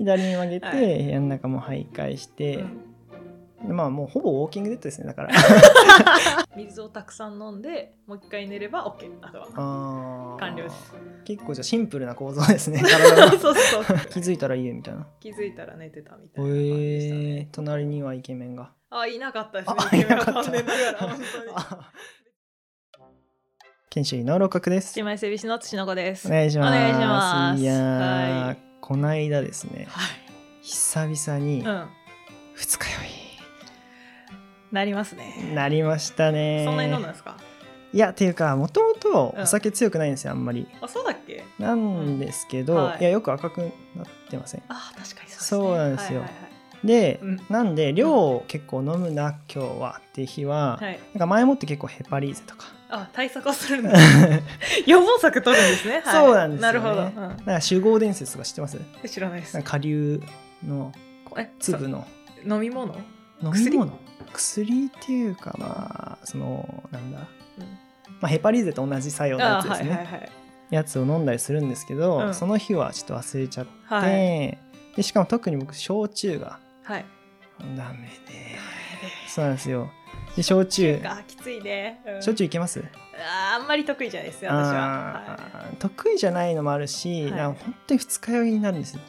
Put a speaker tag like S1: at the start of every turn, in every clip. S1: 左に曲げて、
S2: は
S1: 部屋の中も徘徊して、
S2: うん
S1: でまあもうほぼウォーキングデッドですねだ から
S2: 水をたくさん飲んでもう一回寝れば OK あとは
S1: あー
S2: 完了です
S1: 結構じゃあシンプルな構造です ね体の
S2: そうそうそう
S1: 気づいたら家みたいな
S2: 気づいたら寝てたみ
S1: へ
S2: たいな感じでしたね、
S1: え隣にはイケメンが
S2: あいなかったですね
S1: あいなかった
S2: 残念ながら 本当に
S1: あ研修医の六角です
S2: 姉妹整備士の土の子です
S1: お願いします
S2: お願いします
S1: いやー、
S2: はい
S1: こないだですね
S2: はい
S1: 久々に
S2: うん
S1: 二日酔
S2: なります
S1: い
S2: ね
S1: になりましたね
S2: そんなに飲んだんですか
S1: いやっていうかもともと
S2: うん
S1: お酒強くないんですよあんまり
S2: あそうだっけ
S1: なんですけど、
S2: うんはい
S1: い、やよく赤くなってません
S2: あ確かにそうです、ね、
S1: そうなんですよ
S2: はいはいはい
S1: で、
S2: うん
S1: なんで量を結構飲むな今日はっていう日は、
S2: はい、
S1: なんか前もって結構ヘパリーゼと か
S2: あ対策をするん だ
S1: なん
S2: 予防策取るんですね、はい、
S1: そうなんですよね
S2: なるほど、うん
S1: か酒豪伝説とか知ってます
S2: え、知らないです
S1: なんか下流の
S2: え
S1: 粒の
S2: そう飲み物、
S1: 飲み物薬っていうかまあそのなんだ、
S2: うん
S1: まあ、ヘパリーゼと同じ作用のや
S2: あ
S1: つで
S2: は
S1: す
S2: い
S1: ね、
S2: はいはい
S1: やつを飲んだりするんですけど、
S2: うん
S1: その日はちょっと忘れちゃって、
S2: はい
S1: でしかも特に僕焼酎が
S2: はい
S1: ダメでそうなんですよで焼酎
S2: あきついね、うん
S1: 焼酎いけます
S2: あーあんまり得意じゃないですね私は
S1: あ
S2: は
S1: ー得意じゃないのもあるし、
S2: はい
S1: なんか本当に二日酔いになるんですよ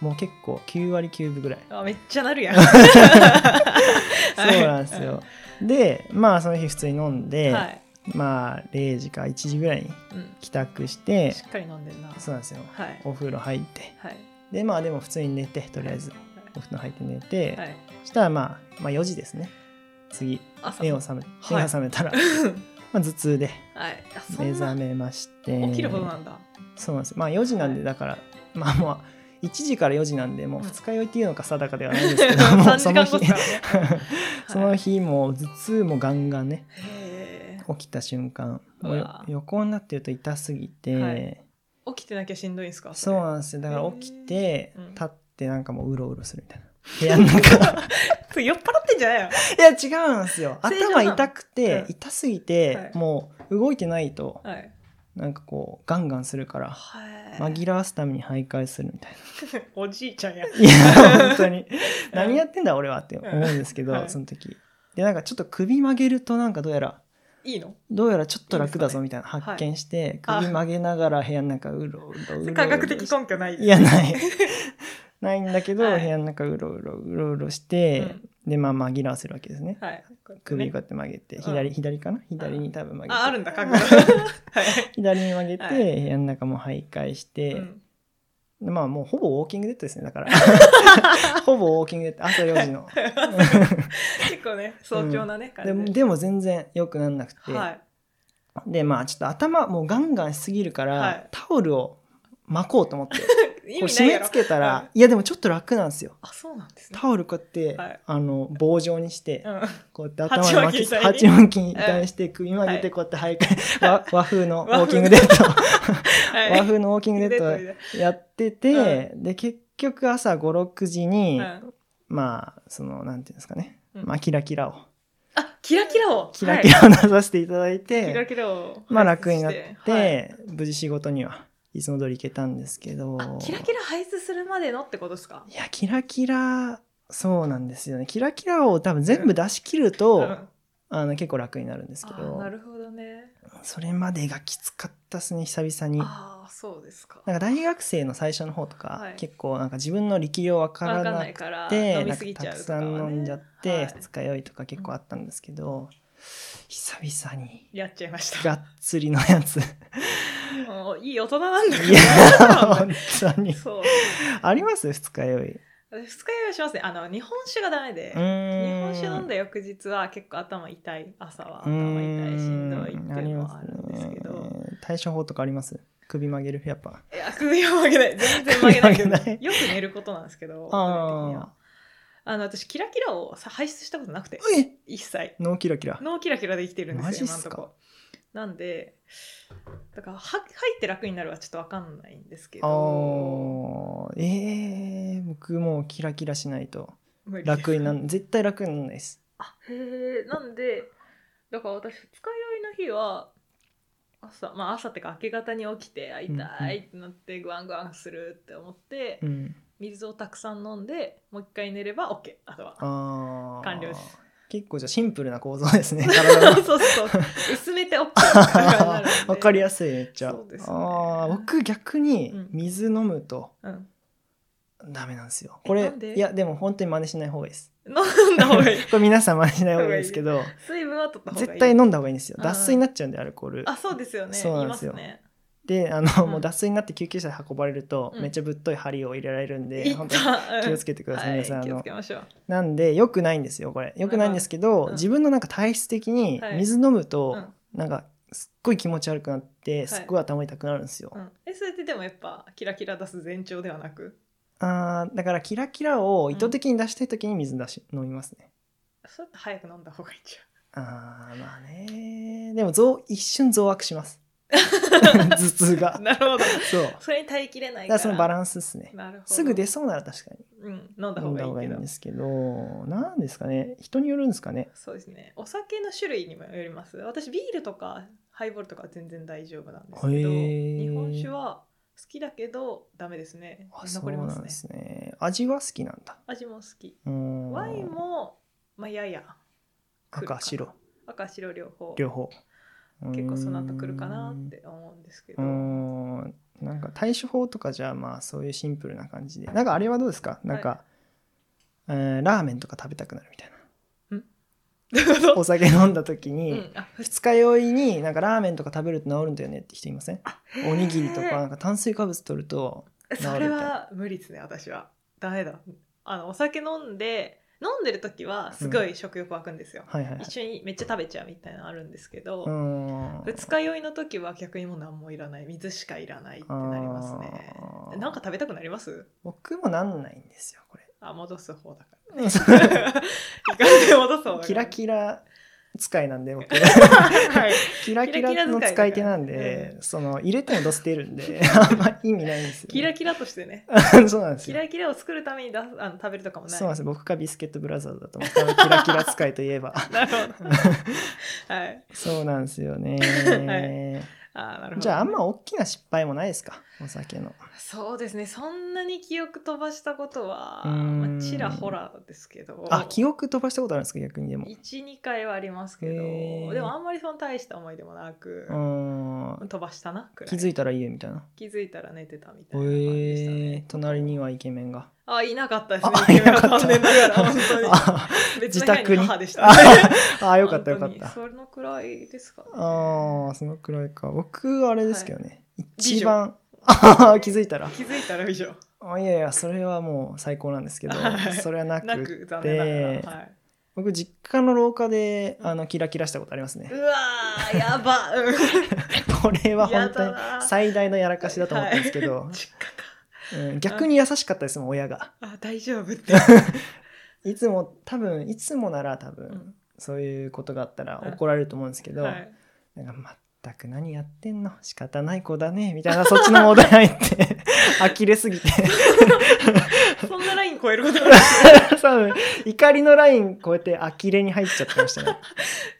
S1: もう結構9割9分ぐらい
S2: い、あめっちゃ なるやん
S1: そ
S2: そう
S1: なんですよ、でまあその日普通に飲んで、
S2: はい、
S1: まあ0時か1時ぐらいに
S2: うん、
S1: 帰宅して
S2: しっかり飲んでんな
S1: そうなんですよ
S2: はい
S1: お風呂入って
S2: はい
S1: でまあでも普通に寝てとりあえず
S2: は
S1: お風呂入って寝て、
S2: いはい、
S1: そしたらまあ、まあ4時ですね次
S2: 朝
S1: 目を覚め
S2: はい
S1: 目が覚めたら、まあ、頭痛で
S2: はいあそん
S1: 目
S2: な
S1: 覚めまして
S2: 起きるほどなんだ
S1: そうなんですよまあ4時なんでだから、まあまあ1時から4時なんでもう
S2: うん
S1: 二日酔いっていうのか定かではないんですけ ども
S2: 3
S1: う
S2: 時
S1: そ
S2: 間
S1: の
S2: 後っ
S1: 日
S2: すからね
S1: その日もう頭痛もガンガンね
S2: へ
S1: 起きた瞬間もう
S2: う
S1: よ
S2: わ
S1: 横になってると痛すぎて、
S2: はいー起きてなきゃしんどいんすか
S1: そう
S2: れ
S1: なんですよだから起きて
S2: うん
S1: 立ってなんかもううろうろするみたいな部屋の中
S2: それ酔っ払ってんじゃないよ
S1: いや違うんですよ
S2: 正常な
S1: 頭
S2: の
S1: 痛くて、
S2: うん
S1: 痛すぎて、
S2: はい
S1: もう動いてないと
S2: はい
S1: なんかこうガンガンするから
S2: はい
S1: 紛らわすために徘徊するみたいな
S2: おじいちゃんや
S1: いや本当に何や
S2: っ
S1: ってんだ俺はって思うんですけど、
S2: うんはい
S1: その時でなんかちょっと首曲げるとなんかどうやら
S2: いいの
S1: どうやらちょっと楽だぞ
S2: い
S1: みたいな
S2: ね
S1: 発見して、
S2: はい
S1: 首曲げながら部屋の中うろうろうろうろ
S2: 科学的根拠ない
S1: いやない ないんだけど、
S2: はい
S1: 部屋の中うろうろうろうろして、でまあ紛らわせるわけですね
S2: はい
S1: 首こう
S2: が
S1: やって曲げて
S2: ん
S1: 左,、左かな左に多分曲げて
S2: ああるん だ科学はい
S1: 左に曲げて、
S2: は
S1: 部屋の中も徘徊して、
S2: うん
S1: でまあもうほぼウォーキングデッドですね だからほぼウォーキングデッド朝4時の
S2: 結構ね早朝なね
S1: で
S2: 感
S1: も
S2: じ
S1: でも全然良くなんなくて、
S2: はい
S1: でまあちょっと頭もうガンガンしすぎるから、
S2: はい
S1: タオルを巻こうと思って こ
S2: 意
S1: う
S2: 味な
S1: 締
S2: いや
S1: め
S2: ろ
S1: 付けたら、
S2: うん
S1: いやでもちょっと楽なんですよ
S2: あそうなんですね
S1: タオルこうやって、
S2: はい
S1: あの棒状にして、
S2: うん
S1: こうやって頭に巻き
S2: 八
S1: 八
S2: 分
S1: 分筋に対して首曲げてこうやって徘徊、 わ和風のウォーキングデッド
S2: はい
S1: 和風のウォーキングデッ
S2: デッ
S1: ド やってて、で結局朝56時
S2: ド
S1: に、
S2: でうん
S1: まあそのなんていうんですかね、
S2: うん
S1: まあキラキラを
S2: あキラキラを
S1: キラキラを出させていただいて、
S2: はいキラキラを
S1: まあ楽になっ、
S2: 排出してはい
S1: 無事仕事にはいつも通り行けたんですけど
S2: あキラキラ排出するまでのってことですか
S1: いやキラキラそうなんですよねキラキラを多分全部出し切ると、
S2: うんあ
S1: あの結構楽になるんですけ
S2: ー
S1: ど
S2: なるほどね
S1: それまでがきつかったですね久々に。
S2: ああそうですか
S1: なんか大学生の最初の方とか、
S2: はい
S1: 結構なんか自分の力量わから
S2: わかん
S1: な
S2: ない
S1: く
S2: から
S1: て
S2: 飲み
S1: なん
S2: す
S1: か
S2: ぎち
S1: た
S2: ゃう
S1: く
S2: とか
S1: さ
S2: はね
S1: ん飲んじゃって、
S2: はい
S1: 二日酔いとか結構あったんですけど、久々に
S2: やっちゃいました
S1: がっつりの やつい
S2: もういい大人なんだか
S1: や
S2: ら
S1: 本当に
S2: そう
S1: あります二日酔い
S2: 二日酔いはしますねあの日本酒がダメで
S1: うーん
S2: 日本酒飲んだ翌日は結構頭痛い朝は
S1: うー
S2: 頭痛いしんどいって
S1: んあ
S2: い
S1: り
S2: うの
S1: ま
S2: はあるんですけど
S1: ね対処法とかあります首曲げるやっぱ
S2: いや首は曲げない全然曲げないけ
S1: 首
S2: ど
S1: は曲げない
S2: よく寝ることなんですけど基本的には
S1: あ
S2: あの私キラキラをさ排出したことなくて
S1: ーえ
S2: 一切
S1: ノーキラキラ
S2: 脳キラキラで生きてるんで
S1: マジ
S2: す
S1: っ
S2: よ今ん
S1: す
S2: と
S1: か
S2: こなんでだからは入って楽になるはちょっとわかんないんですけ
S1: あ
S2: ど
S1: ーえー、僕もうキラキラしない と
S2: 無理です
S1: 楽になん絶対楽になんないです
S2: あへえなんでだから私二日酔いの日は朝まあ朝ってか明け方に起きてあ痛いってなってグワングワンするって思って、
S1: うん
S2: 水をたくさん飲んでもう一回寝れば OK あとは
S1: あー
S2: 完了です
S1: 結構じゃあシンプルな構造ですね体の
S2: そうそう薄めて OK って感じになるんで
S1: わかりやすいめっちゃ、
S2: そうですね
S1: ああ僕逆に
S2: うん
S1: 水飲むと
S2: うん
S1: ダメなんですよ、
S2: え
S1: これ
S2: なんで
S1: いやでも本当に真似しない方がいいです
S2: 飲んだ方がいい
S1: これ皆さん真似しない方がいいですけど
S2: 水分は取った方がいい
S1: 絶対飲んだ方がいいんですよ
S2: うん
S1: 脱水になっちゃうんでアルコール
S2: あそうですよね
S1: そうなんですよ
S2: 言いますね
S1: であの、
S2: うん
S1: もう脱水になって救急車で運ばれると、
S2: うん
S1: めっちゃぶっとい針を入れられるんで、
S2: いっ
S1: 本当に
S2: た
S1: 気をつけてください、
S2: はい
S1: 皆さんあ
S2: 気をつ
S1: の
S2: けましょう
S1: なんで良くないんですよこれ良くないんですけど、
S2: うん
S1: 自分のなんか体質的に
S2: はい
S1: 水飲むと、
S2: うん
S1: なんかすっごい気持ち悪くなってすっごい頭痛くなるんですよ、
S2: うんえそれってでもやっぱキラキラ出す前兆ではなく
S1: あーだからキラキラを意図的に出したい時に水出し、飲みますね
S2: そうやって早く飲んだ方がいいんちゃ
S1: あーまあねでも増一瞬増悪します 頭痛
S2: う
S1: が
S2: なるほど
S1: そうだか
S2: それに耐えきれないか
S1: ら
S2: ら
S1: そのバ
S2: ラ
S1: ランスですね
S2: なるほど
S1: すぐ出そうなら確かに
S2: うん飲んだ
S1: 飲
S2: 方
S1: んだ方
S2: が
S1: が
S2: い
S1: いい
S2: い
S1: ん
S2: けど
S1: ですけどなんですかね人によるんですかね
S2: そうですねお酒の種類にもよります私ビールとかハイボールとかは全然大丈夫なんですけ
S1: へ
S2: ど
S1: ー
S2: 日本酒は好きだけどダメですね
S1: あ
S2: 残り
S1: そうな
S2: ます
S1: ん
S2: ね
S1: ですね味は好きなんだ
S2: 味も好き
S1: うーん
S2: ワインもまあやや来るかな
S1: 赤白
S2: 赤白両方
S1: 両方
S2: 結構その後来るかなって思うんですけ
S1: う
S2: ど
S1: ーんなんか対処法とかじゃあまあそういうシンプルな感じでなんかあれはどうですかなんか、えーラーメンとか食べたくなるみたいな
S2: どういうこと
S1: お酒飲んだ時
S2: う
S1: に
S2: んあふ
S1: 二日酔いになんかラーメンとか食べると治るんだよねって人いませんおにぎりとかなんか炭水化物取ると治る
S2: そ
S1: みた
S2: れ
S1: い
S2: は無理ですね私はダメだあのお酒飲んで飲んでる時はすごい食欲湧くんですよ、
S1: はいはいはい
S2: 一緒にめっちゃ食べちゃうみたいなのあるんですけど、
S1: うーん
S2: 二日酔いの時は逆にもう何もいらない水しかいらないってなりますね
S1: あー
S2: なんか食べたくなります
S1: 僕もなんないんですよこれ
S2: あ戻す方だからねいかんで戻す方だから
S1: キラキラ使いなん で僕
S2: はい
S1: キラキラの使い手なん
S2: キラキラ使いだ
S1: で
S2: か
S1: その入れてもど捨てるん であんま意味ないんですよ
S2: キラ
S1: ね、
S2: キラとしてね
S1: そうなんです
S2: キ
S1: よ
S2: ラキラを作るために出すあの食べるとかもない
S1: そうなんです僕がビスケットブラザーズだと思ったらキラキラ使いとい えば
S2: なる ほどはい
S1: そうなんですよね、
S2: あーなるほど、
S1: じゃああんま大きな失敗もないですかお酒の
S2: そうですねそんなに記憶飛ばしたことは、
S1: うーん
S2: まあ、ちらほらですけど
S1: あ記憶飛ばしたことあるんですか逆にでも
S2: 12回はありますけど、
S1: へー
S2: でもあんまりその大した思いでもなく
S1: う、ーん
S2: 飛ばしたなくらい
S1: 気づいたら家みたいな
S2: 気づいたら寝てたみた
S1: え
S2: いな感じでしたね、
S1: ー、隣にはイケメンが
S2: あいなかったですね
S1: あ
S2: イケメンはい
S1: なかった
S2: 残念ながら本当に
S1: あ
S2: 別
S1: 自
S2: の部
S1: 宅
S2: 屋
S1: に
S2: に母でしたね、
S1: ああよかったよかっ
S2: 本当
S1: た
S2: にそのくらいですかね
S1: ああそのくらいか僕あれですけどね、一番 気づいたら
S2: 気づいたら以上
S1: あいやいやそれはもう最高なんです けど
S2: はい
S1: それはなく
S2: なく残念な
S1: で
S2: がら、はい、
S1: 僕実家の廊下であのキラキラしたことありますね
S2: うわーやばうん
S1: これは本当
S2: や
S1: に
S2: だな
S1: 最大のやらかしだと思ったんですけど、
S2: はい実家か
S1: うん逆に優しかったですもん親が
S2: あ大丈夫 って、
S1: いつも多分いつもなら多分、
S2: うん
S1: そういうことがあったら
S2: はい
S1: 怒られると思うんですけど、
S2: はい、
S1: なんか全く何やってんの仕方ない子だねみたいなそっちのモードに入って 呆れすぎて
S2: そんなライン超えることあ る
S1: 多分怒りのライン超えて呆れに入っちゃってましたね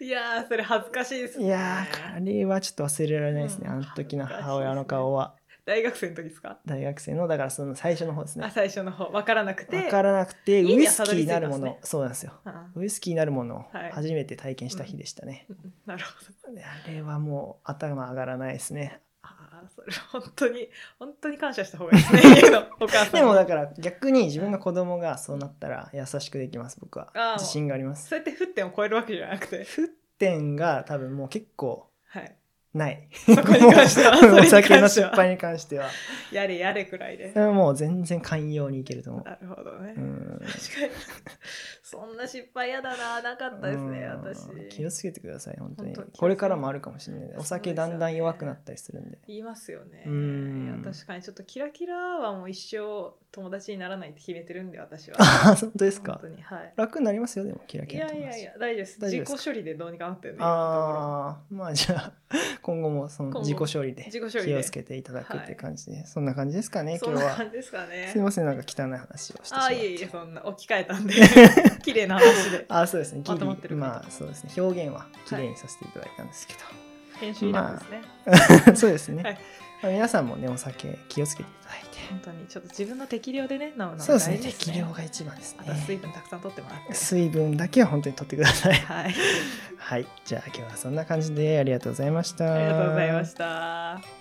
S2: いやーそれ恥ずか しいですね
S1: いやーあれはちょっと忘れられないですね、
S2: うん
S1: あの時の母親の顔は
S2: 大学生の時ですか
S1: 大学生のだからその最初の方です
S2: あ
S1: ね
S2: 最初の方分からなくて
S1: 分からなくて
S2: 家
S1: ウイ
S2: には
S1: ス
S2: た
S1: キ
S2: ど
S1: ー
S2: り
S1: に
S2: 着いた
S1: なんる
S2: ですね
S1: ものそうなんですよ
S2: うん
S1: ウイスキーになるものを
S2: はい
S1: 初めて体験した日でしたね、
S2: うんなるほど
S1: あれはもう頭上がらないですね
S2: ああそれ本当に本当に感謝した方がいいですね家のお母さん
S1: でもだから逆に自分の子供がそうなったら優しくできます僕は
S2: あー
S1: 自信があります
S2: そうやって沸点を超えるわけじゃなくて
S1: 沸点が多分もう結構
S2: はい
S1: ない
S2: そこに関して はそれに関しては
S1: お酒の失敗に関しては
S2: やれやれくらいで
S1: もう全然寛容にいけると思う
S2: なるほどね、
S1: うん
S2: 確かにそんな失敗やだななかったですね
S1: うん
S2: 私
S1: 気をつけてください本当に
S2: 本当気をつけて
S1: これからもあるかもしれないですお酒
S2: そうですよね
S1: だんだん弱くなったりするんで
S2: 言いますよね
S1: うん
S2: いや確かにちょっとキラキラはもう一生友達にならないって決めてるんで私は
S1: あ本当ですか
S2: 本当にはい
S1: 楽になりますよでもキラ
S2: い
S1: キラ
S2: や
S1: と
S2: い
S1: 話
S2: やいや大丈夫です
S1: 大丈夫ですか
S2: 自己処理でどうにかなってるんで
S1: ああまあじゃあ今後もそ
S2: 今
S1: の
S2: 後
S1: 自己処理で
S2: 自己処理
S1: 気
S2: で
S1: をつけていただくっていう感じで、そんな感じですかね
S2: そ
S1: 今
S2: ん
S1: 日
S2: な
S1: は
S2: 感じですかね
S1: すいませんなんか汚い話をしてしまっ
S2: あ
S1: て
S2: いえいえそんな置き換え たんで綺麗な話で
S1: あそうですねギ
S2: まとまって
S1: リ
S2: るかと
S1: まあそうですね表現は綺麗にさせていただいたんですけど、
S2: 編集なんですね、
S1: そうですね、
S2: はい
S1: まあ皆さんもねお酒気をつけていただいて
S2: 本当にちょっと自分の適量でね飲むのが
S1: そうですね
S2: 大事ですね
S1: 適量が一番です
S2: あとは水
S1: ね
S2: 分たくさん取ってもらって
S1: 水分だけは本当に取ってください
S2: はい
S1: はいじゃあ今日はそんな感じでありがとうございました
S2: ありがとうございました